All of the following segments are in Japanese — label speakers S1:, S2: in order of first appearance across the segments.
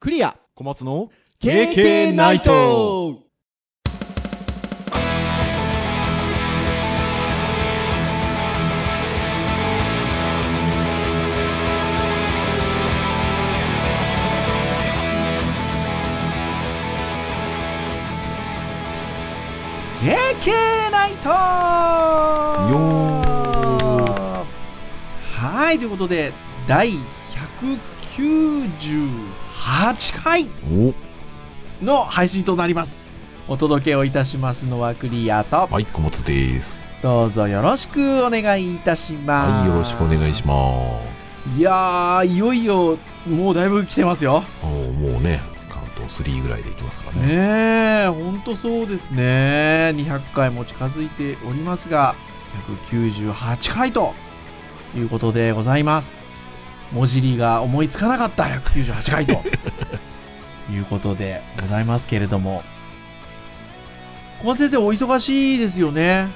S1: クリア
S2: 小松の
S1: KK ナイト
S3: ナイトはい、ということで、第198回
S2: お
S3: の配信となります。お届けをいたしますのはクリアと、
S2: はい小松です
S3: どうぞよろしくお願いいたします。
S2: はいよろしくお願いし
S3: ま
S2: ます
S3: す。いやー、いよいよ、もうだいぶ来てますよ。
S2: おーもうねカウント3ぐらいでいきますからね
S3: ねえ、ほんとそうですね。200回も近づいておりますが、198回ということでございます。文字りが思いつかなかった198回ということでございますけれども。小松先生、お忙しいですよね。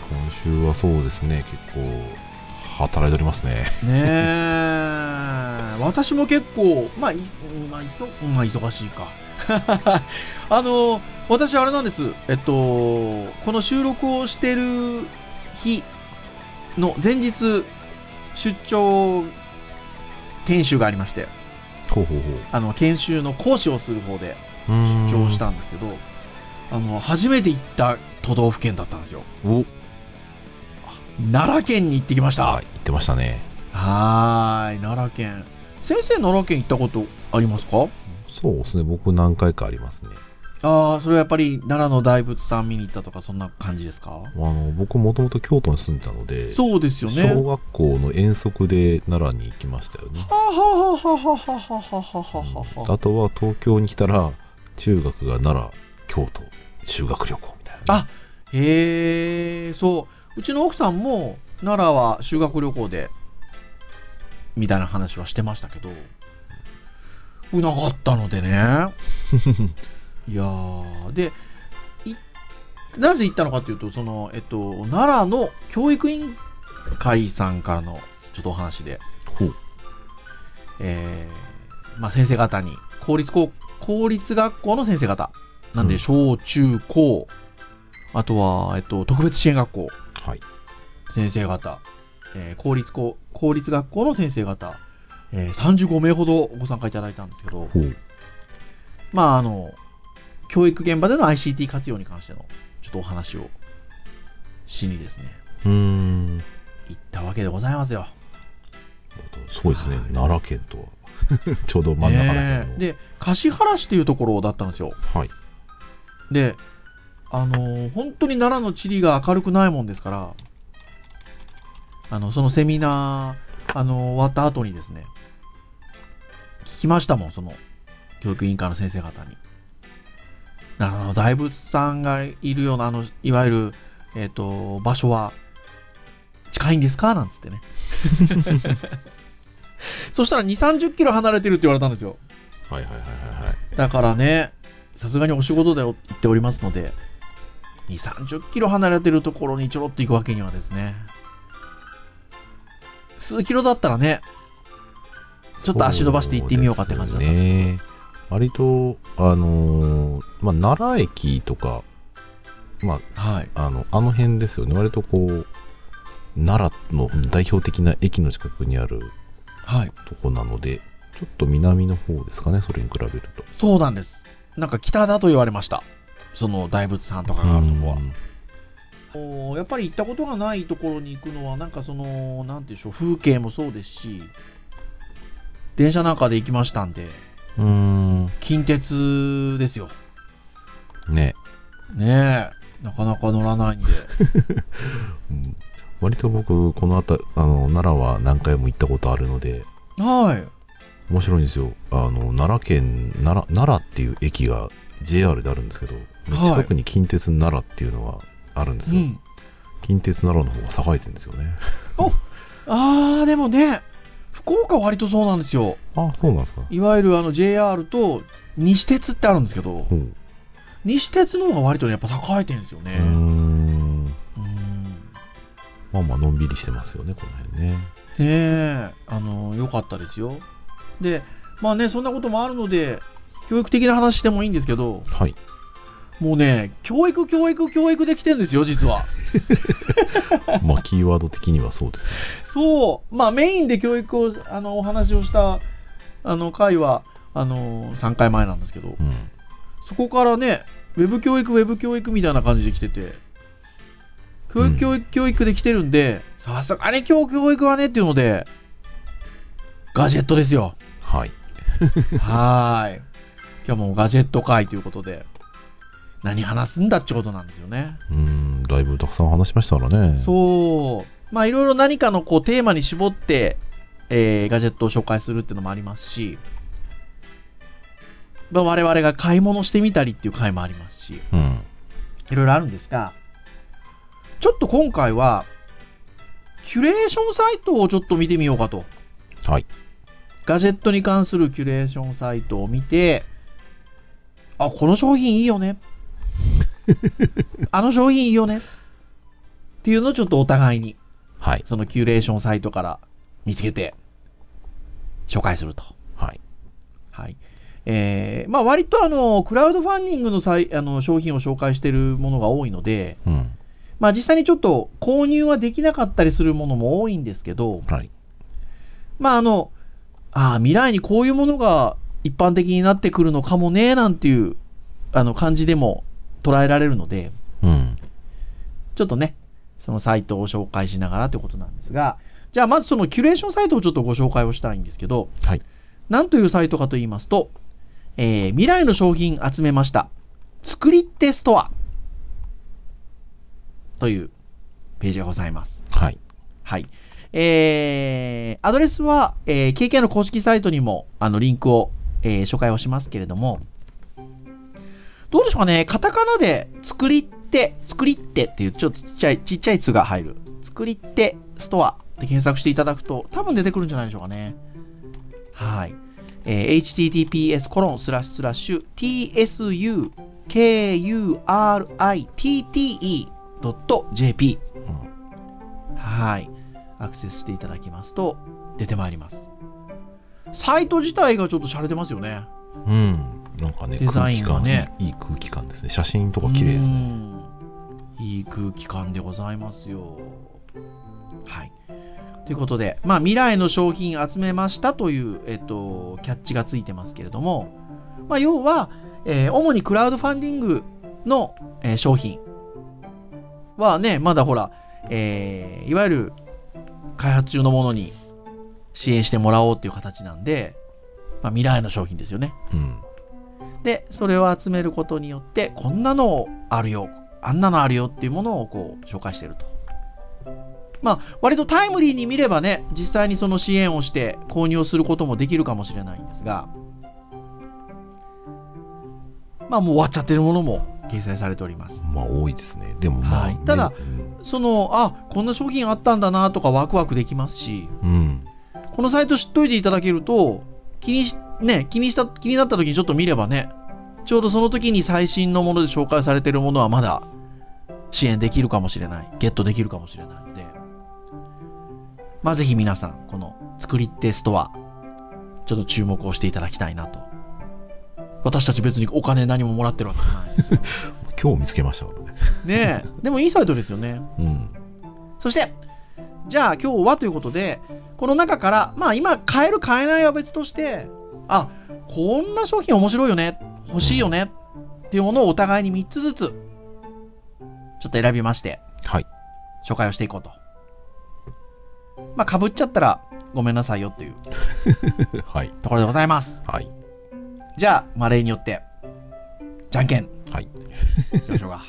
S2: うーん今週はそうですね結構働いておりますね
S3: ねえ 私も結構、まあ、いまあ、いそまあ忙しいか。 あの、私、あれなんです。えっと、この収録をしてる日の前日、出張研修がありまして、
S2: ほうほうほう
S3: あの、研修の講師をする方で
S2: うーん
S3: 出張したんですけど、あの、初めて行った都道府県だったんですよ。
S2: お
S3: 奈良県に行ってきました。
S2: はい言ってましたね
S3: はーい、奈良県。先生、奈良県行ったことありますか
S2: そうですね僕何回かありますね
S3: ああ、それはやっぱり奈良の大仏さん見に行ったとか、そんな感じですか
S2: あの僕もともと京都に住んでたので
S3: そうですよね。
S2: 小学校の遠足で奈良に行きましたよね
S3: はははははははははは
S2: あとは東京に来たら中学が奈良京都修学旅行みたいなね、
S3: あへえ、そう。うちの奥さんも奈良は修学旅行で、みたいな話はしてましたけど、なかったのでね。いやー、で、いなぜ行ったのかというと、その、えっと、奈良の教育委員会さんからのちょっとお話で、
S2: ほう
S3: えーまあ、先生方に公立高公立学校の先生方なんで
S2: うん
S3: 小中高、あとは、えっと、特別支援学校
S2: はい
S3: 先生方、えー公立高公立学校の先生方、えー35名ほどご参加いただいたんですけど、
S2: ほう
S3: まあ、あの教育現場での ICT 活用に関してのちょっとお話をしにですね
S2: うーん
S3: 行ったわけでございますよ。
S2: すごいですね
S3: はい
S2: 奈良県とは ちょうど真ん中らへんの、
S3: ねえで橿原市というところだったんですよ。
S2: はい
S3: で、あのー本当に奈良の地理が明るくないもんですから、あの、そのセミナー、あの終わった後にですね、聞きましたもん、その、教育委員会の先生方に。奈良の大仏さんがいるような、あの、いわゆる、えっ、と、場所は、近いんですかなんつってね。そしたら2、30キロ離れてるって言われたんですよ。
S2: はいはいはいはいはい
S3: だからね、さすがにお仕事で行っておりますので、2、30キロ離れてるところにちょろっと行くわけにはですね、数キロだったらね、ちょっと足伸ばして行ってみようかって感じだった
S2: そ
S3: ん
S2: う
S3: ですけど
S2: ですね割とあのーまあ、奈良駅とか
S3: はい。
S2: あのあの辺ですよね割とこう奈良の代表的な駅の近くにある
S3: はい。
S2: とこなのでちょっと南の方ですかねそれに比べると
S3: そうなんです。なんか北だと言われました。その大仏さんとかがあるとこは。おーやっぱり行ったことがないところに行くのは、なんかその、なんていうんでしょう、風景もそうですし、電車なんかで行きましたんで、
S2: うんう
S3: 近鉄ですよ。
S2: ーんね
S3: ねえ、なかなか乗らないんで。
S2: うん割と僕この辺りあの奈良は何回も行ったことあるので
S3: はい。
S2: 面白いんですよあの奈良県奈良奈良っていう駅が JR であるんですけど
S3: はい
S2: 近くに近鉄奈良っていうのがあるんですよ、。近鉄奈良の方が栄えてるんですよね
S3: ああ、でもね、福岡は割とそうなんですよ。
S2: あそうなんですか
S3: いわゆるあの JR と西鉄ってあるんですけど、
S2: ほう
S3: 西鉄の方が割とね、やっぱ栄えてるんですよ
S2: う
S3: ね
S2: ー。ん
S3: うん。
S2: まあまあのんびりしてますよねこの辺ね
S3: ねえ、あの、良かったですよ。で、まあね、そんなこともあるので、教育的な話してもいいんですけど、
S2: はい。
S3: もうね、教育、教育、教育できてるんですよ、実は。
S2: まあ、キーワード的にはそうですね。
S3: そう、まあメインで教育を、あの、お話をした、あの、回は、あの、3回前なんですけど、
S2: うん。
S3: そこからね、ウェブ教育、ウェブ教育みたいな感じで来てて、教
S2: うん
S3: 育、教育、教育で来てるんで、さすがに教育、教育はねっていうので、ガジェットで すよ。
S2: はい。
S3: はーい。今日もガジェット会ということで、何話すんだってことなんですよね。
S2: うん、だいぶたくさん話しましたからね。う。
S3: そう。まあ、いろいろ何かのこうテーマに絞って、えーガジェットを紹介するっていうのもありますし、まあ、我々が買い物してみたりっていう回もありますし、
S2: うん。
S3: いろいろあるんですが、ちょっと今回は、キュレーションサイトをちょっと見てみようかと。
S2: はい。
S3: ガジェットに関するキュレーションサイトを見て、あ、この商品いい よね。あの商品いいよね。っていうのをちょっとお互いに、
S2: はい。
S3: そのキュレーションサイトから見つけて、紹介すると。
S2: はい。
S3: はい。えー、まあ割とあの、クラウドファンディングのさいあの商品を紹介しているものが多いので、
S2: うん。
S3: まあ実際にちょっと購入はできなかったりするものも多いんですけど、
S2: はい。
S3: まああの、ああ、未来にこういうものが一般的になってくるのかもね、なんていうあの感じでも捉えられるので、
S2: うん。
S3: ちょっとね、そのサイトを紹介しながらということなんですが、じゃあまずそのキュレーションサイトをちょっとご紹介をしたいんですけど、
S2: はい。
S3: なんというサイトかと言いますと、えー未来の商品集めました。作り手ストアというページがございます。
S2: はい。
S3: はい。えーアドレスは、えー KK の公式サイトにも、あの、リンクを、えー紹介をしますけれども、どうでしょうかね、カタカナで、作りって、作りってっていう、ちょっとちっちゃい、ちっちゃいつが入る。作りって、ストアで検索していただくと、多分出てくるんじゃないでしょうかね。はい。えー https コロンスラッシュスラッシュ tsukuritte.jp
S2: うん
S3: はい。アクセスしていただきますと、出てまいります。サイト自体がちょっと洒落てますよね。
S2: うん。なんかね、
S3: デザ
S2: 空
S3: イ
S2: 気
S3: ンが
S2: 感、
S3: ね
S2: ね、いい空気感ですね。写真とか綺麗ですね。
S3: うん。いい空気感でございますよ。はい。ということで、まあ、未来の商品集めましたという、えっと、キャッチがついてますけれども、まあ、要は、えー主にクラウドファンディングの、えー商品はね、まだほら、えーいわゆる開発中のものに支援してもらおうっていう形なんで、まあ、未来の商品ですよね。
S2: うん。
S3: でそれを集めることによってこんなのあるよあんなのあるよっていうものをこう紹介してるとまあ割とタイムリーに見ればね実際にその支援をして購入をすることもできるかもしれないんですがまあもう終わっちゃってるものも掲載されております
S2: まあ、多いですね。でも、まあ、
S3: はいただ
S2: ね、うん
S3: そのあこんな商品あったんだなとかワクワクできますし
S2: うん。
S3: このサイト知っといていただけると、気にし、ね、気にした、気になった時にちょっと見ればね、ちょうどその時に最新のもので紹介されているものはまだ支援できるかもしれない、ゲットできるかもしれないので、まあ、ぜひ皆さん、この作り手ストア、ちょっと注目をしていただきたいなと。私たち別にお金何ももらってるわけじゃない。
S2: 今日見つけましたからね。
S3: ねえ、でもいいサイトですよね。
S2: うん。
S3: そして、じゃあ今日はということで、この中から、まあ今買える買えないは別として、あ、こんな商品面白いよね、欲しいよね、っていうものをお互いに3つずつ、ちょっと選びまして、
S2: はい。
S3: 紹介をしていこうと。まあ被っちゃったらごめんなさいよという
S2: はい。
S3: ところでございます。
S2: はい。
S3: じゃあ、まあ例によって、じゃんけん。
S2: はい。
S3: いきましょうか。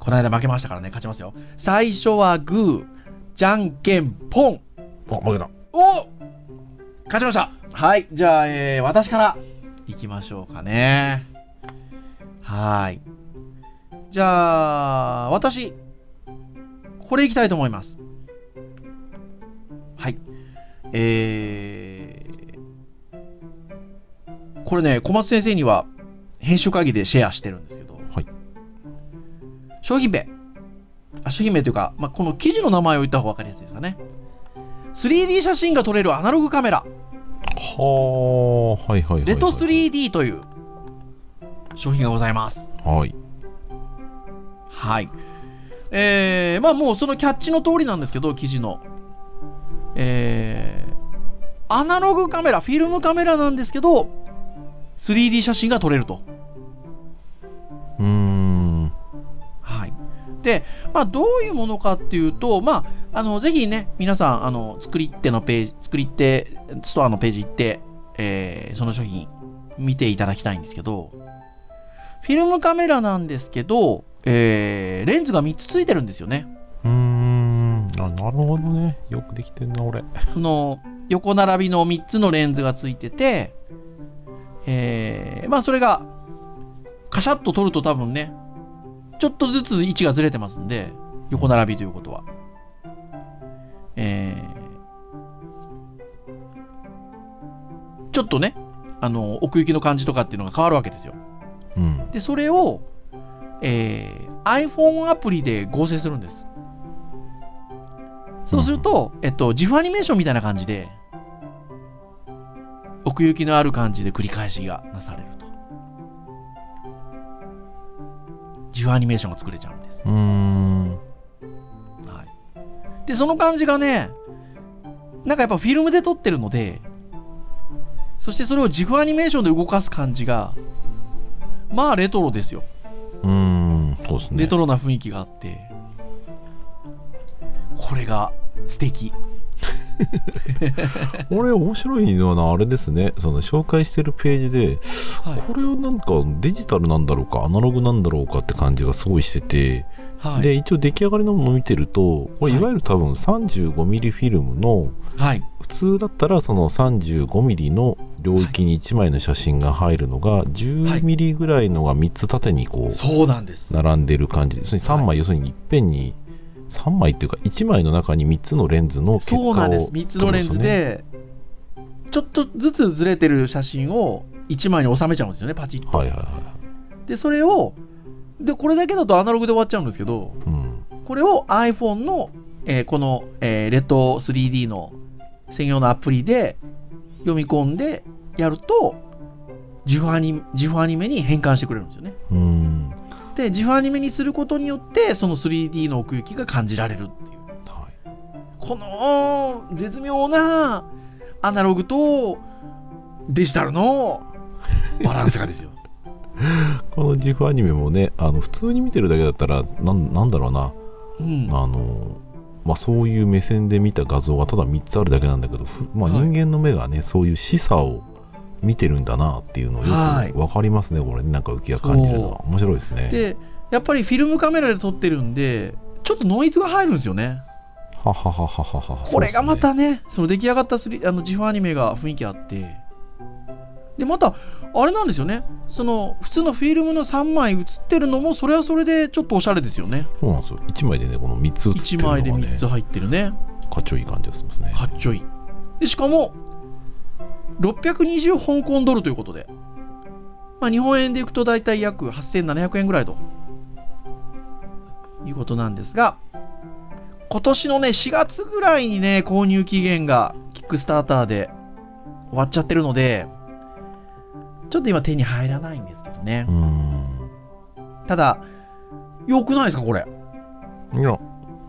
S3: この間負けましたからね、勝ちますよ。最初はグー、じゃんけんポン。
S2: あ、負けた。
S3: お勝ちましたはい、じゃあ、えー、私から行きましょうかね。はーい。じゃあ、私、これ行きたいと思います。はい。えー、これね、小松先生には編集会議でシェアしてるんですけど、
S2: はい
S3: 商品名。あ商品名というか、まあ、この記事の名前を言った方が分かりやすいですかね。3D 写真が撮れるアナログカメラ。
S2: はあ、はいはいはいはい。
S3: レト 3D という商品がございます。
S2: はい。
S3: はい。えー、まあもうそのキャッチの通りなんですけど、記事の。えー、アナログカメラ、フィルムカメラなんですけど、3D 写真が撮れると。
S2: うーん。
S3: はい。で、まあどういうものかっていうと、まあ、あの、ぜひね、皆さん、あの、作り手のページ、作り手ストアのページ行って、えーその商品見ていただきたいんですけど、フィルムカメラなんですけど、えーレンズが3つついてるんですよね。
S2: うーん。あ、なるほどね。よくできてんな、俺。
S3: その横並びの3つのレンズがついてて、えーまあそれがカシャッと撮ると多分ね、ちょっとずつ位置がずれてますんで、横並びということは。えーちょっとね、あの、奥行きの感じとかっていうのが変わるわけですよ。
S2: うん。
S3: で、それを、えー iPhone アプリで合成するんです。そうすると、えっと、自負アニメーションみたいな感じで、奥行きのある感じで繰り返しがなされると。自負アニメーションが作れちゃうんです。
S2: うーん。
S3: はい、で、その感じがね、なんかやっぱフィルムで撮ってるので、そしてそれを自負アニメーションで動かす感じが、まあレトロですよ。
S2: うーん。そうですね。
S3: レトロな雰囲気があって、これが素敵
S2: 俺面白いのはなあれですねその紹介してるページで
S3: はい
S2: これをなんかデジタルなんだろうかアナログなんだろうかって感じがすごいしてて、
S3: はい
S2: で一応出来上がりのものを見てるとこれ
S3: はい
S2: いわゆる多分 35mm フィルムの
S3: はい
S2: 普通だったらその 35mm の領域に1枚の写真が入るのが 10mm ぐらいのが3つ縦にこう
S3: そうなんです
S2: 並んでる感じです3枚、
S3: は
S2: 要するにいっぺんに3枚っていうか1枚の中に3つのレンズの結果
S3: そう
S2: を
S3: なんです3つのレンズでちょっとずつずれてる写真を1枚に収めちゃうんですよねパチッと、
S2: はいはいは
S3: でそれをでこれだけだとアナログで終わっちゃうんですけど
S2: いうん
S3: これを iPhone の、えーこの、えーレッド 3D の専用のアプリで読み込んでやると自負アニ自負アニメに変換してくれるんですよね
S2: うん
S3: で自負アニメにすることによってその 3D の奥行きが感じられるっていう
S2: はい
S3: この絶妙なアナログとデジタルのバランスがですよ
S2: このジフアニメもねあの普通に見てるだけだったらなんなんだ ろうな、
S3: うん
S2: あのまあ、そういう目線で見た画像がただ3つあるだけなんだけど、ふまあ、
S3: はい
S2: 人間の目がね、そういう示唆を見てるんだなっていうのをよ
S3: はい
S2: くわかりますね、これねなんか浮きが感じるのは面白いですね
S3: でやっぱりフィルムカメラで撮ってるんでちょっとノイズが入るんですよね
S2: ははははははは
S3: これがま
S2: そう
S3: たね、その出来上がったスリあの自負アニメが雰囲気あって、で、また、あれなんですよね、その普通のフィルムの3枚写ってるのも、それはそれでちょっとおしゃれですよね。
S2: ですねそうなんですよ1枚でねこの3つ写って
S3: 1
S2: るのが
S3: 枚で
S2: ね
S3: 3つ入ってるね。
S2: かっちょいい感じがしますね
S3: かっちょいい。でしかも、620香港ドルということで、まあ、日本円でいくと大体約8700円ぐらいということなんですが、今年のね、4月ぐらいにね、購入期限がキックスターターで終わっちゃってるので、ちょっと今手に入らないんですけどね
S2: う。ん
S3: ただ、良くないですか、これ。
S2: いや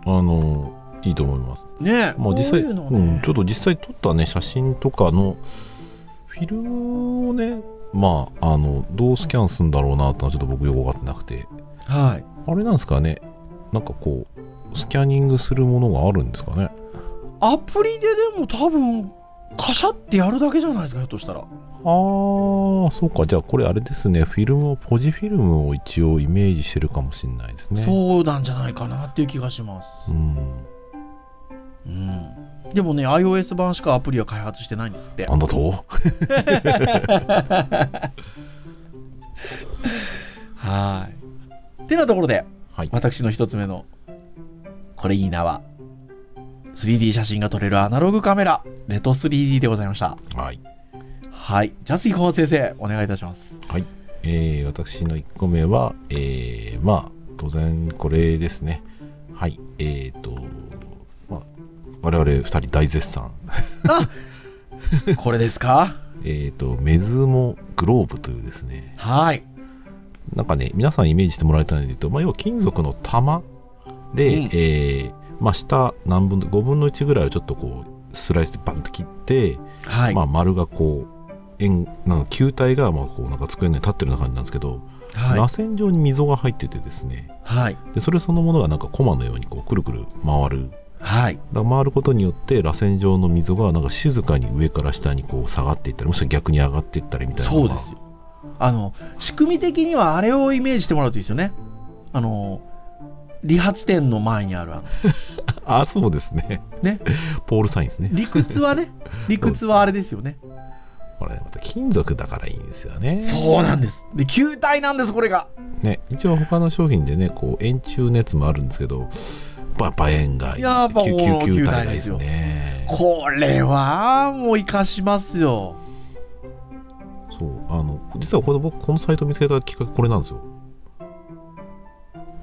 S2: あのいいと思います
S3: ねえ、
S2: まあ、実際
S3: こういうの
S2: うん、
S3: ね
S2: ちょっと実際撮ったね写真とかのフィルムをねまああのどうスキャンするんだろうなってのはちょっと僕よく分かってなくて
S3: はい。
S2: あれなんですかねなんかこうスキャニングするものがあるんですかね
S3: アプリででも多分カシャってやるだけじゃないですかひょっとしたら
S2: ああそうかじゃあこれあれですねフィルムをポジフィルムを一応イメージしてるかもしれないですね
S3: そうなんじゃないかなっていう気がします、
S2: うん
S3: うんでもね iOS 版しかアプリは開発してないんですって
S2: なんだと
S3: はいてなところで
S2: はい
S3: 私の一つ目のこれいいなは 3D 写真が撮れるアナログカメラレト 3D でございました
S2: はい
S3: はいじゃあ次小松先生お願いいたし ます
S2: えー私の1個目は、えーまあ、当然これですね。はい、えっ、と、まあ、我々2人大絶賛。
S3: これですか
S2: えっ、と、メズモグローブというですね、
S3: はい。
S2: なんかね、皆さんイメージしてもらいたいので言うと、まあ、要は金属の玉で、
S3: うん
S2: えーまあ、下何分の、5分の1ぐらいをちょっとこう、スライスでバンと切って、
S3: はい。
S2: まあ、丸がこう、円なんか球体がまあこうなんか机の上に立ってるような感じなんですけど、螺
S3: はい。
S2: 旋状に溝が入っててですね
S3: はい。
S2: でそれそのものがなんかコマのようにこうくるくる回る
S3: はい。
S2: だから回ることによって螺旋状の溝がなんか静かに上から下にこう下がっていったりもしくは逆に上がっていったりみたいな
S3: そうですよ。あの、仕組み的にはあれをイメージしてもらうといいですよね。あの、理髪店の前にあるあの
S2: あそうですね
S3: ね
S2: ポールサインですね
S3: 理屈は ね、理屈はあれですよね。
S2: これまた金属だからいいんですよね
S3: そうなんです。で、球体なんです、これが。
S2: ね一応他の商品でねこう円柱熱もあるんですけどやっぱ円がいい
S3: やっぱ
S2: 球球
S3: もう
S2: 球
S3: 球
S2: 体
S3: 体
S2: がいい
S3: で
S2: ですす
S3: よ
S2: ね
S3: これは、もう生かしますよ。
S2: そうあの実はこの僕このサイト見つけたきっかけこれなんですよ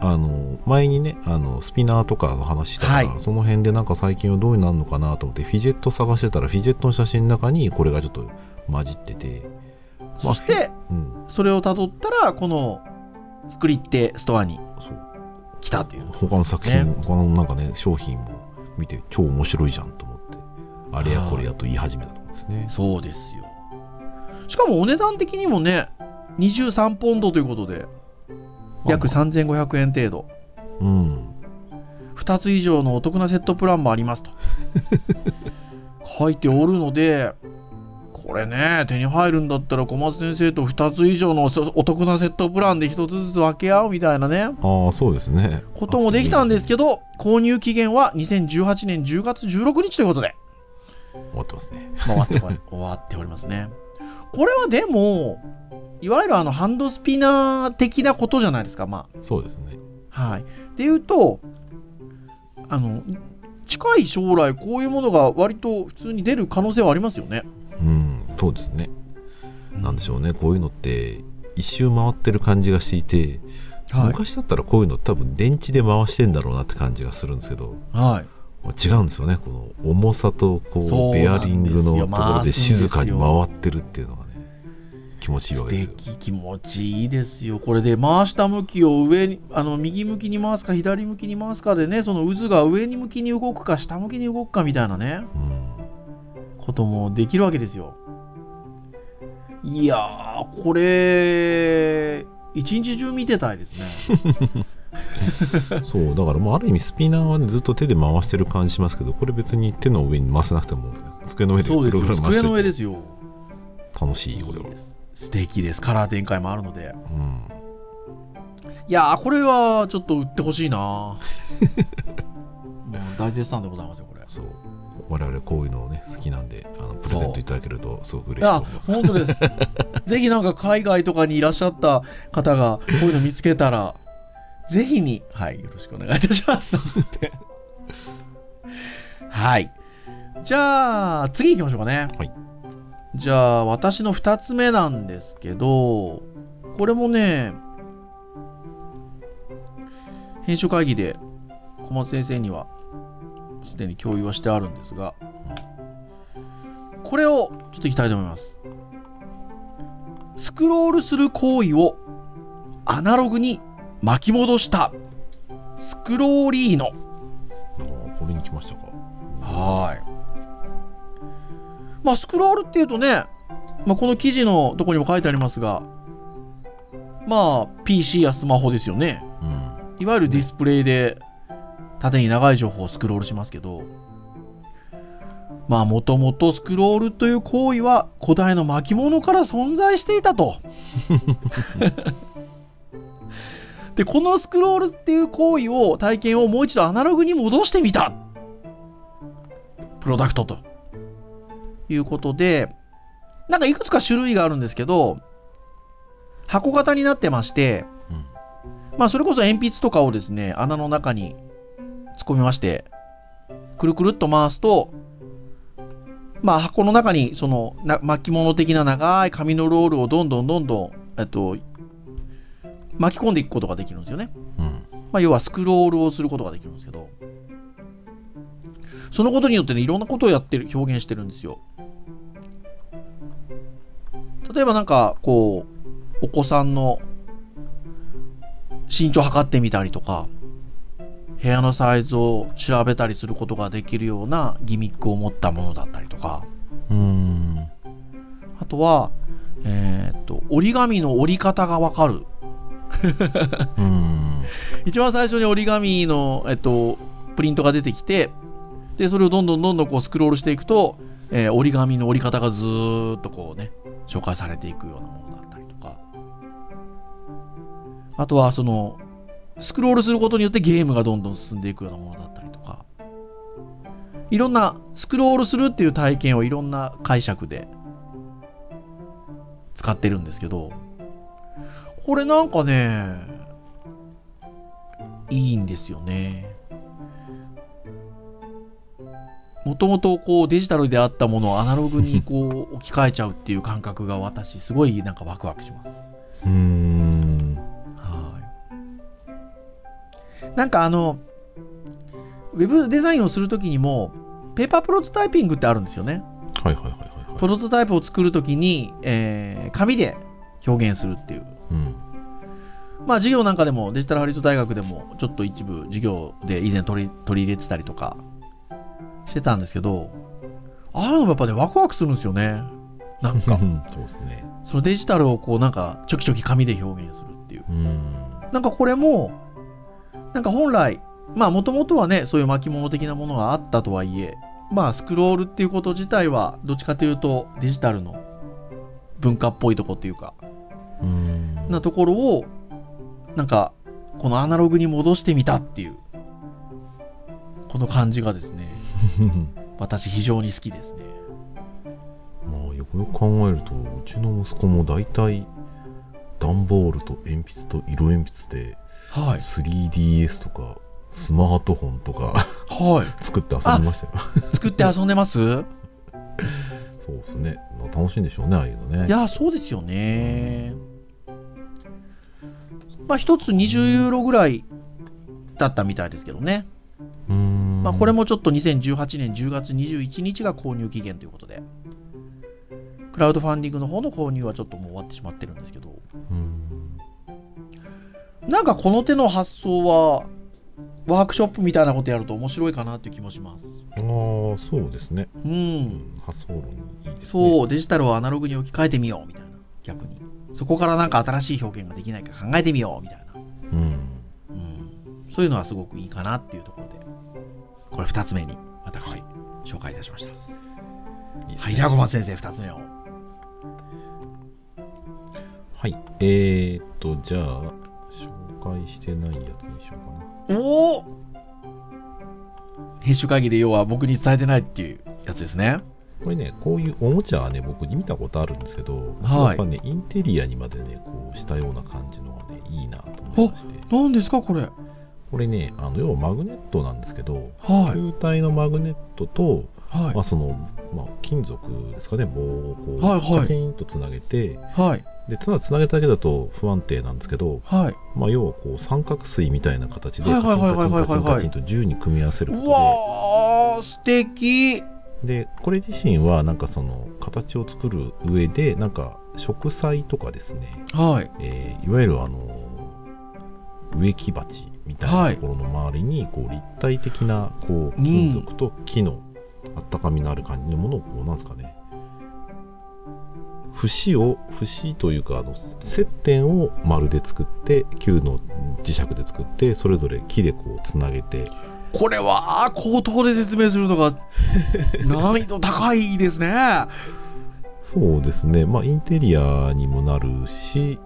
S2: あの前にねあのスピナーとかの話したから、
S3: は
S2: その辺でなんか最近はどうになるのかなと思ってフィジェット探してたらフィジェットの写真の中にこれがちょっと混じってて、まあ
S3: そして、
S2: うん、
S3: それをたどったら、この、作り手ストアに
S2: そう
S3: 来たっていう。
S2: 他の作品、
S3: ね
S2: 他のなんかね商品も見て超面白いじゃんと思ってあれやこれやと言い始めたとこですね
S3: そうですよ。しかもお値段的にもね、23ポンドということで、約
S2: まあ
S3: 3500円程度。
S2: まあうん
S3: 2つ以上のお得なセットプランもあり ますと書いておるのでこれね手に入るんだったら小松先生と2つ以上のそお得なセットプランで1つずつ分け合うみたいなね
S2: ああそうですね
S3: こともできたんですけど購入期限は2018年10月16日ということで
S2: 終わってますね
S3: まあ終わって 終わっておりますねこれはでもいわゆるあのハンドスピナー的なことじゃないですかまあ
S2: そうですね
S3: はい。で言うと、あの、近い将来、こういうものが割と普通に出る可能性はありますよね。
S2: うんそうですねなんでしょうねこういうのって一周回ってる感じがしていて、
S3: はい。
S2: 昔だったらこういうの多分電池で回してんだろうなって感じがするんですけど
S3: はい。
S2: 違うんですよねこの重さとこ
S3: そうう
S2: ベアリングのところ
S3: なん
S2: で
S3: ですよ
S2: 静かに回ってるっていうのがね気持ちいいわ
S3: 素
S2: けですよ
S3: 敵、気持ちいいですよ。これで回した向きを上に、あの、右向きに回すか、左向きに回すかでね、その渦が上に向きに動くか、下向きに動くかみたいなね、
S2: うん
S3: こともできるわけですよ。いやー、これ、一日中見てたいですね。
S2: そうだからもうある意味スピナーは、ね、ずっと手で回してる感じしますけどこれ別に手の上に回せなくても机の上で
S3: そう
S2: ぐ
S3: です
S2: る
S3: よ
S2: ぐる。回し
S3: 机
S2: て
S3: の上で
S2: る
S3: すよ。
S2: 楽しいこれは、
S3: 素敵ですカラー展開もあるので
S2: うん、
S3: いやーこれはちょっと売ってほしいなも う大絶賛でございますよこれ
S2: そう我々こういうのをね好きなんであのプレゼントいただけるとすごく
S3: い
S2: 嬉しいと
S3: や
S2: 思います
S3: 本 当ですぜひなんか海外とかにいらっしゃった方がこういうの見つけたらぜひにはいよろしくお願いいたします はいじゃあ次行きましょうかね
S2: はい
S3: じゃあ私の2つ目なんですけどこれもね編集会議で小松先生にはすでに共有はしてあるんですがこれをちょっといきたいと思いますスクロールする行為をアナログに巻き戻したスクローリー
S2: あ
S3: ノ
S2: ーこれに来ましたか
S3: はい。まあ、スクロールっていうとね、まあ、この記事のとこにも書いてありますが、まあ、PC やスマホですよね。
S2: うん
S3: いわゆるディスプレイで縦に長い情報をスクロールしますけど、まあ、もともとスクロールという行為は古代の巻物から存在していたと。で、このスクロールっていう行為を、体験をもう一度アナログに戻してみたプロダクトということで、なんかいくつか種類があるんですけど、箱型になってまして、
S2: うん
S3: まあ、それこそ鉛筆とかをですね、穴の中に突っ込みまして、くるくるっと回すと、まあ、箱の中に、その、な巻物的な長い紙のロールをどんどんどんどん、えっと、巻き込んでいくことができるんですよね。
S2: うん
S3: まあ、要はスクロールをすることができるんですけど、そのことによってね、いろんなことをやってる、表現してるんですよ。例えばなんか、こう、お子さんの身長測ってみたりとか、部屋のサイズを調べたりすることができるようなギミックを持ったものだったりとか、
S2: うーん。
S3: あとは、えーっと、折り紙の折り方がわかる。
S2: うーん。
S3: 一番最初に折り紙の、えっと、プリントが出てきて、で、それをどんどんどんどんこうスクロールしていくと、えー折り紙の折り方がずーっとこうね、紹介されていくようなものだったりとか。あとは、その、スクロールすることによってゲームがどんどん進んでいくようなものだったりとか。いろんな、スクロールするっていう体験をいろんな解釈で使ってるんですけど、これなんかね、いいんですよね。もともとこうデジタルであったものをアナログにこう置き換えちゃうっていう感覚が私すごいなんかワクワクします。
S2: うーん。
S3: はい。なんかあの、ウェブデザインをするときにも、ペーパープロトタイピングってあるんですよね。
S2: はいはいはいはい、
S3: プ
S2: はい。
S3: ロトタイプを作るときに、えー紙で表現するっていう。
S2: うん。
S3: まあ授業なんかでもデジタルハリウッド大学でもちょっと一部授業で以前取り取り入れてたりとかしてたんですけどああいうのもやっぱねワクワクするんですよねな んか
S2: そうですね。
S3: そのデジタルをこうなんかちょきちょき紙で表現するっていう
S2: うーん。
S3: なんかこれもなんか本来まあもともとはねそういう巻物的なものがあったとはいえまあスクロールっていうこと自体はどっちかというとデジタルの文化っぽいとこっていうか
S2: うーん。
S3: なところをなんかこのアナログに戻してみたっていうこの感じがですね私非常に好きですね
S2: まあよくよく考えるとうちの息子も大体段ボールと鉛筆と色鉛筆で
S3: はい
S2: 3DS とかスマートフォンとか
S3: は
S2: 作って遊びましたよ
S3: い作って遊んでます
S2: そうですねまあ楽しいんでしょうねああいうのね
S3: いやそうですよねまあ一つ20ユーロぐらいだったみたいですけどね、
S2: うーん
S3: まあ、これもちょっと2018年10月21日が購入期限ということでクラウドファンディングの方の購入はちょっともう終わってしまってるんですけど
S2: うーん
S3: なんかこの手の発想はワークショップみたいなことやると面白いかなっていう気もします。
S2: ああそうですね、
S3: う。
S2: うんん、発想論いいですね
S3: そう、デジタルをアナログに置き換えてみようみたいな、逆に。そこからなんか新しい表現ができないか考えてみようみたいな。
S2: う、うん、
S3: うん。そういうのはすごくいいかなっていうところで、これ2つ目に私、紹介いたしました。
S2: いいですね
S3: はい、じゃあ小松先生2つ目を。
S2: はいえー、っとじゃあ紹介してないやつにしようかな
S3: おお編集会議で要は僕に伝えてないっていうやつですね。
S2: これね、こういうおもちゃはね、僕見たことあるんですけど、
S3: はい
S2: やっぱね、インテリアにまでね、こうしたような感じのがね、いいなと思いまして、
S3: 何ですかこれ。
S2: これね、あの要はマグネットなんですけど、
S3: はい。
S2: 球体のマグネットと、
S3: はい
S2: まあ、その、まあ、金属ですかね、棒をこう、
S3: はいはい
S2: カキンとつなげて、
S3: はい。
S2: で、つなつなげただけだと不安定なんですけど、
S3: はい。
S2: まあ、要はこう三角錐みたいな形で、
S3: は
S2: カ
S3: い
S2: チン
S3: はいはい
S2: カ
S3: は
S2: チ
S3: い
S2: ン
S3: はいはい
S2: カチンカチンと銃に組み合わせるこ
S3: う
S2: とで、
S3: わー、素敵
S2: でこれ自身はなんかその形を作る上でなんか植栽とかですね、
S3: はい。
S2: えーいわゆるあの植木鉢みた
S3: はいい
S2: なところの周りにこう立体的なこう金属と木のあったかみのある感じのものをこうなんですかね節を節というかあの接点を丸で作って球の磁石で作ってそれぞれ木でこうつなげて
S3: これは、口頭で説明するの が、難易度高いですね。
S2: そうですね、まあ、インテリアにもなるし、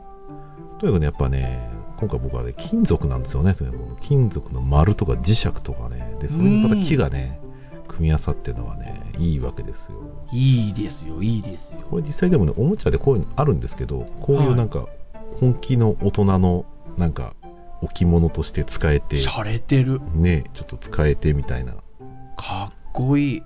S2: とにかくね、やっぱね、今回僕はね、金属なんですよね、とにかく金属の丸とか磁石とかね、でそれにまた木がね、組み合わさってるのはね、いいわけですよ。
S3: いいですよ、いいですよ。
S2: これ実際でもね、おもちゃでこういうのあるんですけど、こうい
S3: はいう
S2: なんか、本気の大人の、なんか、置物として使えて、
S3: 洒落てる。
S2: ね、ちょっと使えてみたいな
S3: かっこいい。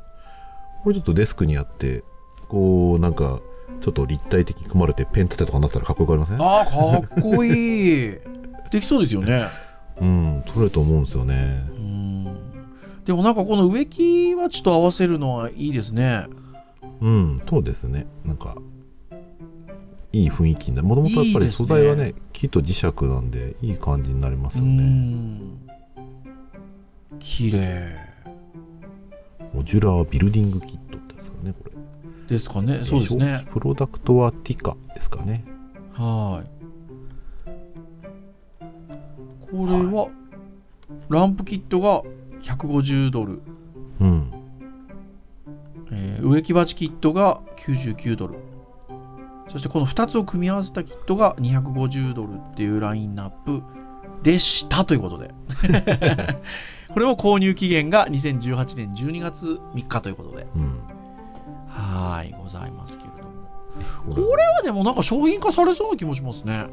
S2: これちょっとデスクにあってこうなんかちょっと立体的に組まれてペン立てとかになったらかっこよくありません
S3: あー、かっこいい。 できそうですよね。
S2: うん取れると思うんですよね
S3: うん。でもなんかこの植木鉢と合わせるのはいいですね。
S2: うんそうですねなんかいい雰囲気になるもともとやっぱ
S3: いいで
S2: り
S3: す
S2: 素
S3: ね
S2: 材はね木と磁石なんでいい感じになります
S3: う
S2: よね
S3: ん。綺麗
S2: モジュラービルディングキットってやつだねこれ
S3: ですかね。そうですね。
S2: プロダクトはティカですかね
S3: はい。これは、ランプキットが150ドル、
S2: うん
S3: えー植木鉢キットが99ドル、そしてこの2つを組み合わせたキットが250ドルっていうラインナップでしたということで。これも購入期限が2018年12月3日ということで。
S2: うん
S3: はーい、ございますけれども。
S2: こ
S3: これはでもなんか商品化されそうな気もしますね。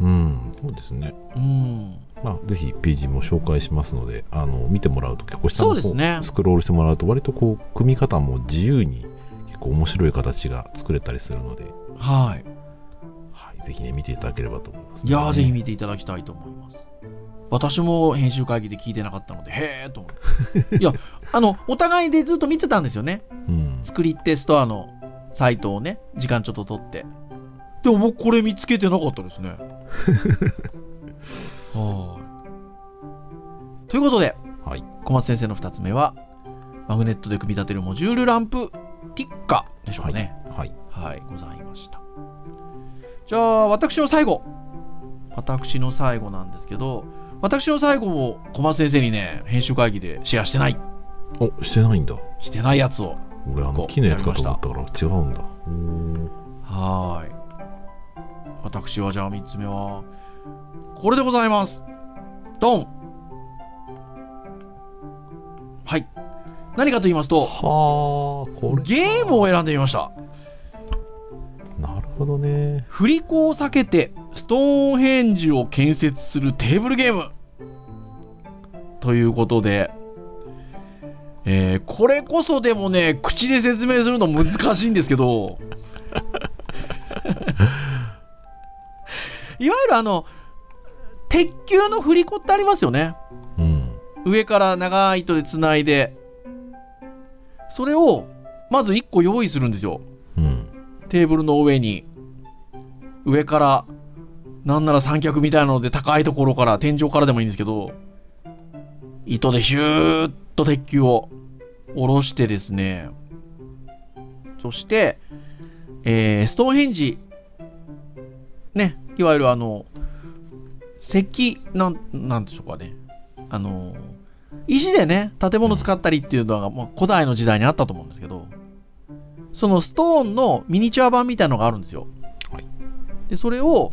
S2: うんそうですね
S3: うん。
S2: まあ、ぜひページも紹介しますのであの見てもらうと結構下
S3: そう
S2: の
S3: です
S2: 方、
S3: ね
S2: スクロールしてもらうと割とこう組み方も自由に結構面白い形が作れたりするので、
S3: はい。
S2: はい、ぜひね見ていただければと思います、
S3: いやー、ぜひ
S2: 見
S3: 見ていただきたいと思います。私も編集会議で聞いてなかったので、へーと思 って。いや、あの、お互いでずっと見てたんですよね。
S2: うん、
S3: 作り手ストアのサイトをね、時間ちょっと取って。でも僕これ見つけてなかっ たですね。はーい。ということで、
S2: はい
S3: 小松先生の2つ目は、マグネットで組み立てるモジュールランプティッカでしょうかね。
S2: はい
S3: はい、ございました。じゃあ、私の最後。私の最後なんですけど、私の最後を小松先生にね、編集会議でシェアしてない。
S2: おしてないんだ
S3: してないやつを。
S2: 俺あ
S3: こ
S2: の
S3: う
S2: 木のやつかと思ったから違うんだうん
S3: はーい。私はじゃあ3つ目は、これでございます。ドンはい。何かと言いますと、
S2: はあこれ
S3: ゲームを選んでみました。
S2: なるほどね
S3: 振り子を避けてストーンヘンジを建設するテーブルゲームということで、えーこれこそでもね口で説明するの難しいんですけどいわゆるあの鉄球の振り子ってありますよね
S2: うん
S3: 上から長い糸でつないでそれをまず1個用意するんですよ
S2: うん
S3: テーブルの上に、上から、なんなら三脚みたいなので高いところから、天井からでもいいんですけど、糸でヒューッと鉄球を下ろしてですね、そして、えーストーンヘンジ、ね、いわゆるあの、石、なん、なんでしょうかね、あの、石でね、建物使ったりっていうのが、まあ、古代の時代にあったと思うんですけど、そのストーンのミニチュア版みたいのがあるんですよ。
S2: はい
S3: でそれを、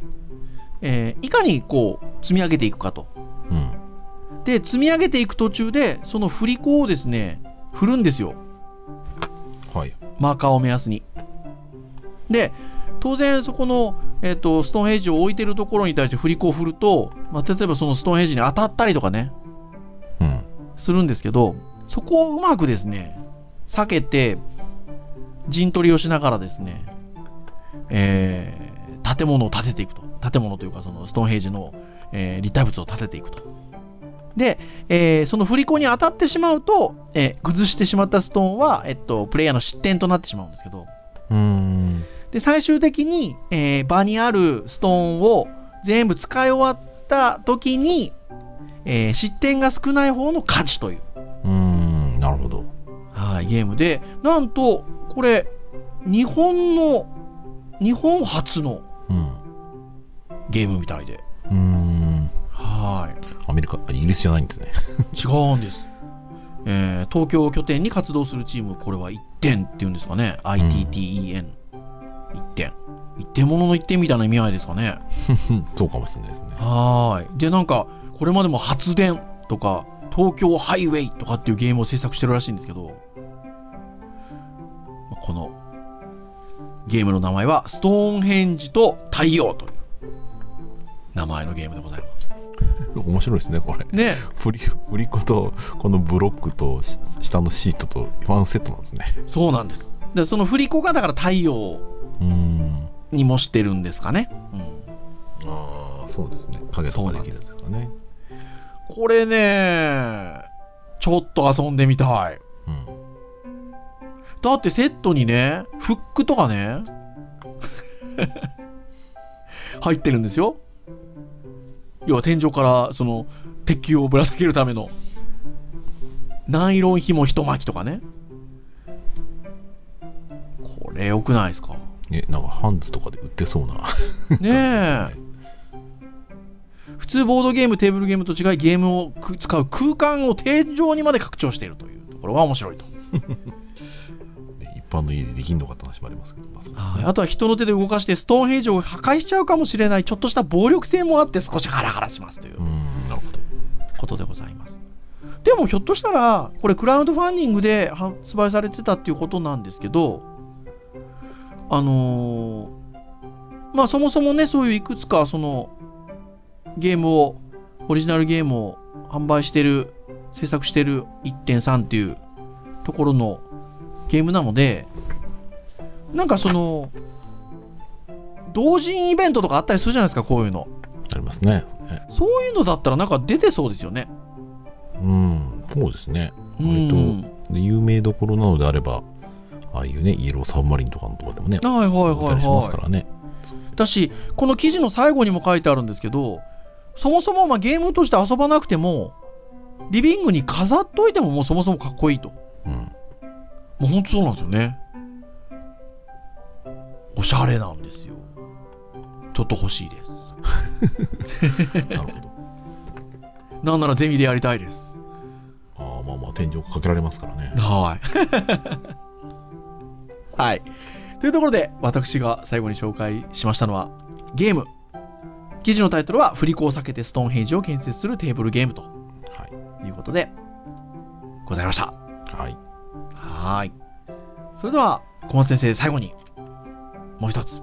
S3: えーいかにこう積み上げていくかと。
S2: うん
S3: で積み上げていく途中でその振り子をですね振るんですよ
S2: はい
S3: マーカーを目安に。で当然そこの、えー、とストーンヘッジを置いてるところに対して振り子を振ると、まあ、例えばそのストーンヘッジに当たったりとかね
S2: うん
S3: するんですけどそこをうまくですね避けて陣取りをしながらですね、えー建物を建てていくと建物というかそのストーンヘイジの、えー立体物を建てていくとで、えーその振り子に当たってしまうと、えー崩してしまったストーンは、えっと、プレイヤーの失点となってしまうんですけど
S2: うん
S3: で最終的に、えー場にあるストーンを全部使い終わった時に、えー失点が少ない方の勝ちという
S2: うんなるほど
S3: はい、ゲームで、なんと、これ、日本の、日本初の
S2: うん
S3: ゲームみたいで。
S2: うん
S3: はい。
S2: アメリカあイギリスじゃないんですね
S3: 違うんです。えー東京を拠点に活動するチーム、これは1点っていうんですかね。ITTEN。1点。一点ものの1点みたいな意味合いですかね。
S2: うんそうかもしれないですね。
S3: はーい。で、なんか、これまでも発電とか、東京ハイウェイとかっていうゲームを制作してるらしいんですけど、まあこの、ゲームの名前は、ストーンヘンジと太陽という名前のゲームでございます。
S2: 面白いですね、これ。
S3: ね、
S2: 振り、振り子と、このブロックと、し下のシートと、ワンセットなんですね。
S3: そうなんです。で、その振り子がだから太陽
S2: うーん。
S3: にもしてるんですかね。うん。
S2: ああ、そうですね。影とかできるんですかね。
S3: これね、ちょっと遊んでみたい。
S2: うん。
S3: だってセットにね、フックとかね、 入ってるんですよ要は天井からその鉄球をぶら下げるためのナイロン紐一巻きとかねこれ良くないですか
S2: えなんかハンズとかで売ってそうな
S3: ねえ普通ボードゲームテーブルゲームと違いゲームをく使う空間を天井にまで拡張しているというところが面白いと、
S2: ね一般の家でできんのかって話もありますけど、まあそうですね
S3: あとは人の手で動かしてストーンヘイジを破壊しちゃうかもしれないちょっとした暴力性もあって少しハラハラしますという
S2: うんなるほど
S3: ことでございますでもひょっとしたらこれクラウドファンディングで発売されてたっていうことなんですけどあのーまあそもそもねそういういくつかそのゲームをオリジナルゲームを販売してる制作してる1.3っていうところのゲームなのでなんかその同人イベントとかあったりするじゃないですかこういうの
S2: ありますねね
S3: そういうのだったらなんか出てそうですよね
S2: うんそうですね割と
S3: うん
S2: で有名どころなのであればああいうねイエローサブマリンとかのとこでもね
S3: はいはい
S2: 売っ
S3: は
S2: たり
S3: い
S2: します
S3: は
S2: からね
S3: い。だし、この記事の最後にも書いてあるんですけど、そもそもまあゲームとして遊ばなくても、リビングに飾っといてももうそもそもかっこいいと。
S2: うん
S3: もう本当そうなんですよね。おしゃれなんですよ。ちょっと欲しいです。
S2: なるほど
S3: なんならゼミでやりたいです。
S2: ああまあまあ天井かけられますからね
S3: はい。 はい。というところで、私が最後に紹介しましたのは、ゲーム。記事のタイトルは、振り子を避けてストーンヘイジを建設するテーブルゲームと
S2: はい
S3: いうことで、ございました。
S2: はい
S3: はーい。それでは、小松先生、最後に、もう一つ、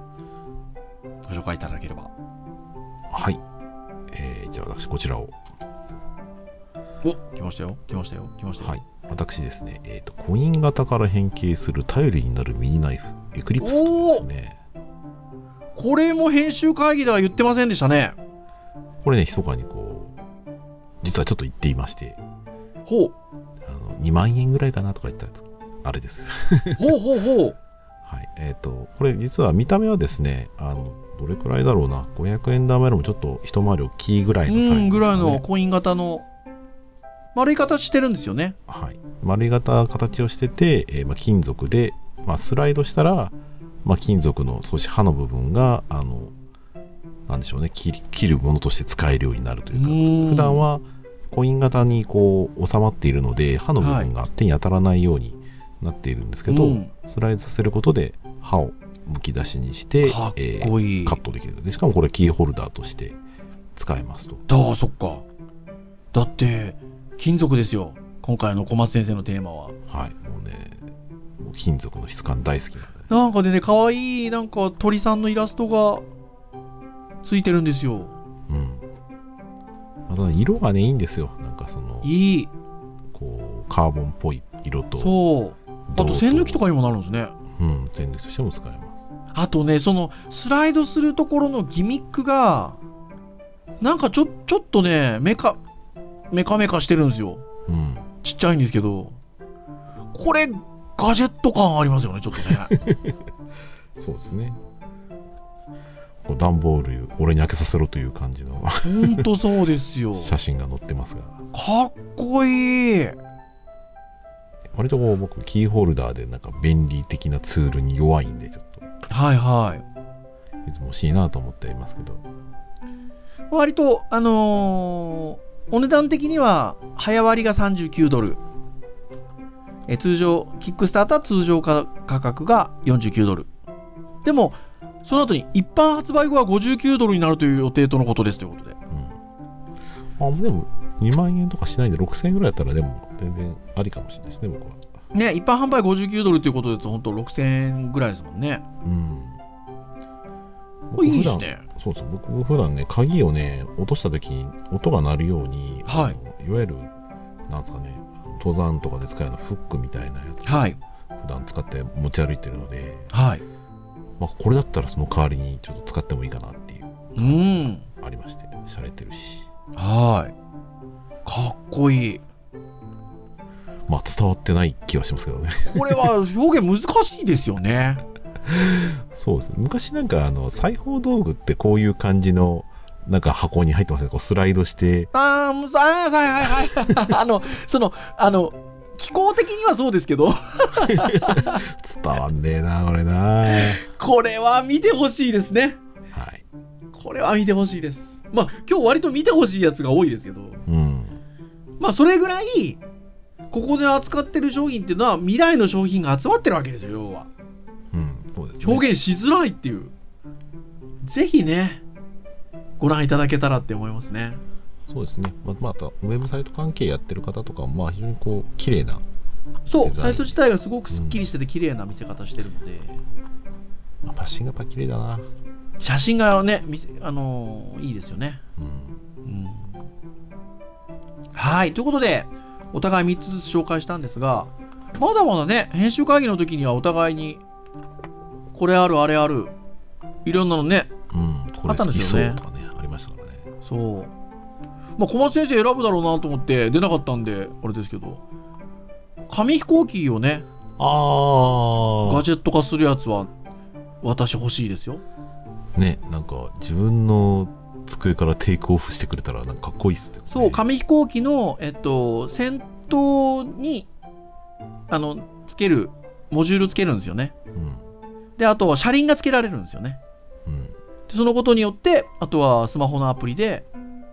S3: ご紹介いただければ。
S2: はい、えーじゃあ私こちらを
S3: お来ましたよ、来ましたよ、来ましたよ。
S2: はい私ですね、えー、とコイン型から変形する頼りになるミニナイフエクリプスですね
S3: これも編集会議では言ってませんでしたね。
S2: これね密かにこう実はちょっと言っていまして
S3: ほう、
S2: あの2万円ぐらいかなとか言ったやつあれです
S3: ほうほうほう。
S2: はいえっ、とこれ実は見た目はですねあのどれくらいだろうな500円玉よりもちょっと一回り大きいぐらいのサイズ
S3: う
S2: ですかね
S3: んぐらいのコイン型の丸い形してるんですよね。
S2: はい、丸い型形をしてて、えーまあ、金属で、まあ、スライドしたら、まあ、金属の少し刃の部分があのなんでしょうね切り切るものとして使えるようになるというか普
S3: 普
S2: 段はコイン型にこう収まっているので刃の部分が手に当たらないようになっているんですけど、スライドさせることで刃をむき出しにして
S3: かっ
S2: えー
S3: こいい。
S2: カットできるでしかもこれキーホルダーとして使えますと
S3: だあそっか。だって金属ですよ。今回の小松先生のテーマは。
S2: はいもうねもう金属の質感大好きなんで
S3: なんかでね可愛いなんか鳥さんのイラストがついてるんですよ。
S2: うん。またね色がね、いいんですよ。なんかその、
S3: いい。
S2: こう、カーボンっぽい色と、
S3: そう。あと線抜きと
S2: か。
S3: かにもなるんですね。
S2: うん、線抜きとしても使えます。
S3: あとねそのスライドするところのギミックがなんかちょちょっとねメカメカメカしてるんですよ。
S2: うん。
S3: ちっちゃいんですけど、これ、ガジェット感ありますよね、ちょっと ね。
S2: そうですね。こう段ボール、俺に開けさせろという感じの
S3: ほんとそうですよ。
S2: 写真が載ってますが、
S3: かっこいい。
S2: 割とこう、僕、キーホルダーでなんか便利的なツールに弱いんで、ちょっと、
S3: はいはい。
S2: いつも欲しいなと思っていますけど、
S3: 割と、あのーお値段的には、早割りが39ドル。え通常、キックスターター通常価価格が49ドル。でも、その後に一般発売後は59ドルになるという予定とのことですということで。
S2: うん。あ、でも、2万円とかしないんで、6000円ぐらいだったら、でも、全然ありかもしれないですね、僕は。
S3: ね、一般販売59ドルということですと、本当6000円ぐらいですもんね。
S2: うん。
S3: これいいで
S2: 僕
S3: す
S2: 普段
S3: ね。
S2: そうそう僕普段ね鍵をね落とした時に音が鳴るように、
S3: はい
S2: あのいわゆるなんですかね登山とかで使うようなフックみたいなやつ、
S3: はい。
S2: 普段使って持ち歩いてるので、
S3: はい。
S2: まあ、これだったらその代わりにちょっと使ってもいいかなっていう
S3: うん。
S2: ありまして洒落てるし
S3: はい。かっこいい。
S2: まあ伝わってない気はしますけどね
S3: これは表現難しいですよね。
S2: そうですね昔なんかあの裁縫道具ってこういう感じのなんか箱に入ってますねこうスライドして
S3: あーもうあーはいはいはい。 あの、その、あの、気候的にはそうですけど、
S2: 伝わんねえなこれなは
S3: これは見てほしいですね。
S2: い
S3: これは見てほしいです。まあ、今日割と見てほしいやつが多いですけど、
S2: うん
S3: まあ、それぐらい、ここで扱ってる商品っていうのは未来の商品が集まってるわけですよ、要は。
S2: うんそうですね
S3: 表現しづらいっていう。ぜひね、ご覧いただけたらって思いますね。
S2: そうですねままたウェブサイト関係やってる方とかもまあ非常にこう綺麗な
S3: そ
S2: デザイ
S3: う、
S2: ン
S3: サイト自体がすごくすっきりしてて綺麗な見せ方してるので、
S2: まあパッシングやっぱ綺麗だな
S3: 写真がね、見せあのーいいですよね。
S2: うん
S3: うんはい、ということで、お互い3つずつ紹介したんですが、まだまだね、編集会議の時にはお互いに、これある、あれある、いろんなのね、
S2: うんこ
S3: あ
S2: れ
S3: ったん
S2: 好
S3: で
S2: き
S3: す
S2: そ
S3: よね
S2: うとかねありましたからね
S3: そう。まあ、小松先生選ぶだろうなと思って出なかったんで、あれですけど、紙飛行機をね、
S2: あ
S3: ガジェット化するやつは、私欲しいですよ。
S2: あねなんか自分の机からテイクオフしてくれたらなんかかっこいいっすね
S3: そう、紙飛行機の、えっと、先頭に、あの、つける、モジュールつけるんですよね。
S2: うん
S3: で、あと、車輪がつけられるんですよね。
S2: うん
S3: でそのことによって、あとはスマホのアプリで、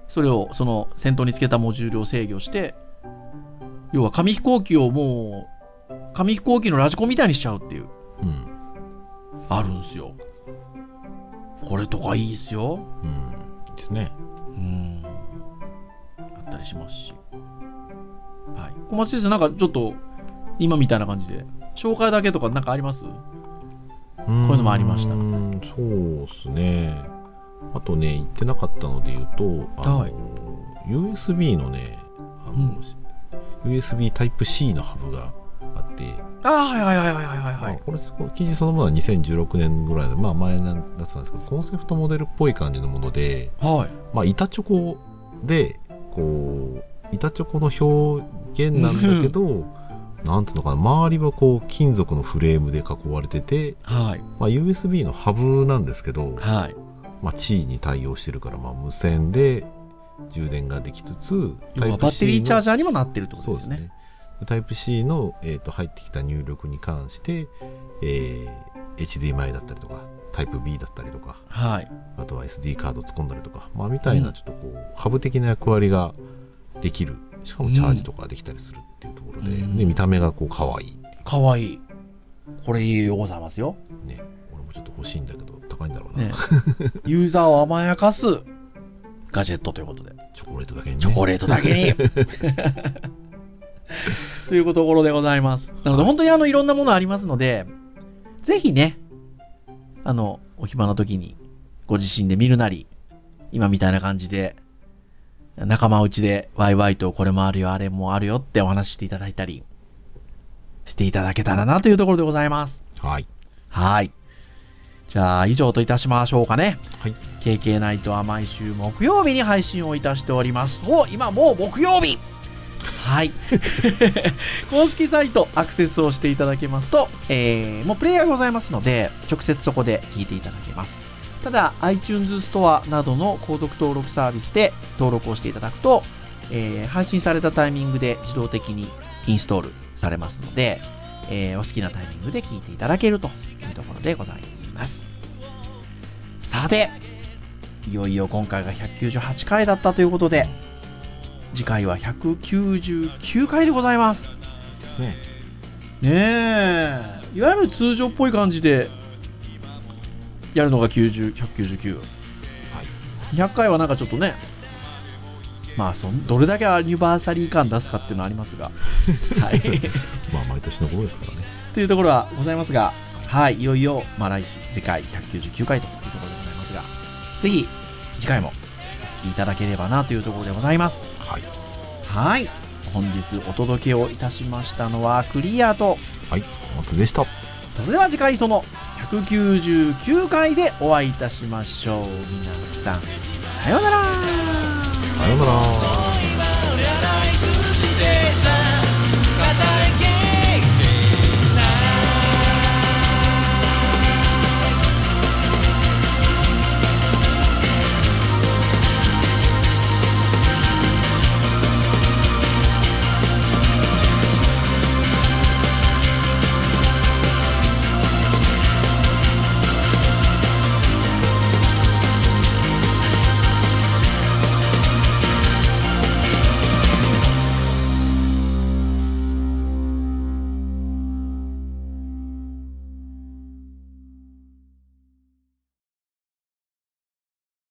S3: それを、その先頭につけたモジュールを制御して、要は紙飛行機をもう、紙飛行機のラジコンみたいにしちゃうっていう、
S2: うん
S3: あるんですよ。これとかいいですよ。
S2: うんですね
S3: うん。あったりしますし。はい。小松先生、なんかちょっと、今みたいな感じで、紹介だけとかなんかあります
S2: こういう
S3: のもありました
S2: そうですねあとね言ってなかったので言うとあの、
S3: はい
S2: USB のねあの、USB タイプ C のハブがあって、
S3: ああ、はいはいはいはいはいは
S2: まあ
S3: い。
S2: これすごい記事そのものは2016年ぐらいで、まあ、前のやつなんですけどコンセプトモデルっぽい感じのもので、
S3: はい。
S2: まあ、板チョコでこう板チョコの表現なんだけ どなんていうのかな周りはこう金属のフレームで囲われてて、
S3: はい。
S2: まあ、USB のハブなんですけど、
S3: はい。
S2: まあ、地位に対応してるから、まあ、無線で充電ができつつ
S3: 要はバッテリーチャー
S2: ジ
S3: ジャーにもなってるってこ
S2: そ
S3: と
S2: う
S3: で
S2: ですす
S3: よね。
S2: ねタイプ C の、えー、と入ってきた入力に関して、えー HDMI だったりとかタイプ B だったりとか
S3: はい。
S2: あとは SD カード突っ込んだりとか、まあ、みたいなちょっとこう、ハブ的な役割ができるしかもチャージとかできたりするっていうところで,、
S3: うん
S2: で見た目がこう可愛い
S3: かわいい。これいいようございますよ。
S2: ね俺もちょっと欲しいんだけど高いんだろうな、
S3: ね、ユーザーを甘やかすガジェットということで、
S2: チョコレートだけにね
S3: チョコレートだけに。 というところでございます。なので、本当にあのいろんなものありますので、ぜひね、あの、お暇な時にご自身で見るなり、今みたいな感じで、仲間内でワイワイとこれもあるよ、あれもあるよってお話ししていただいたり、していただけたらなというところでございます。
S2: はい
S3: はい。じゃあ、以上といたしましょうかね。
S2: はい。
S3: KK ナイトは毎週木曜日に配信をいたしております。お今もう木曜日はい。 公式サイトアクセスをしていただけますと、えー、もうプレイヤーがございますので、直接そこで聞いていただけます。ただ、iTunes ストアなどの購読登録サービスで登録をしていただくと、えー配信されたタイミングで自動的にインストールされますので、えーお好きなタイミングで聞いていただけるというところでございます。さて、いよいよ今回が198回だったということで、次回は199回でございます。
S2: ですね
S3: ねえ、いわゆる通常っぽい感じでやるのが90 199。200回はなんかちょっとね、まあそん、どれだけアニバーサリー感出すかっていうのはありますが。はい
S2: まあ毎年のことですからね
S3: というところはございますが、はい、いよいよ、まあ、来週、次回199回というところでございますが、ぜひ、次回もお聞きいただければなというところでございます。
S2: はい
S3: はい。本日お届けをいたしましたのはクリアと、
S2: はいおつでした
S3: それでは次回その199回でお会いいたしましょう。皆さん、さようなら
S2: さようなら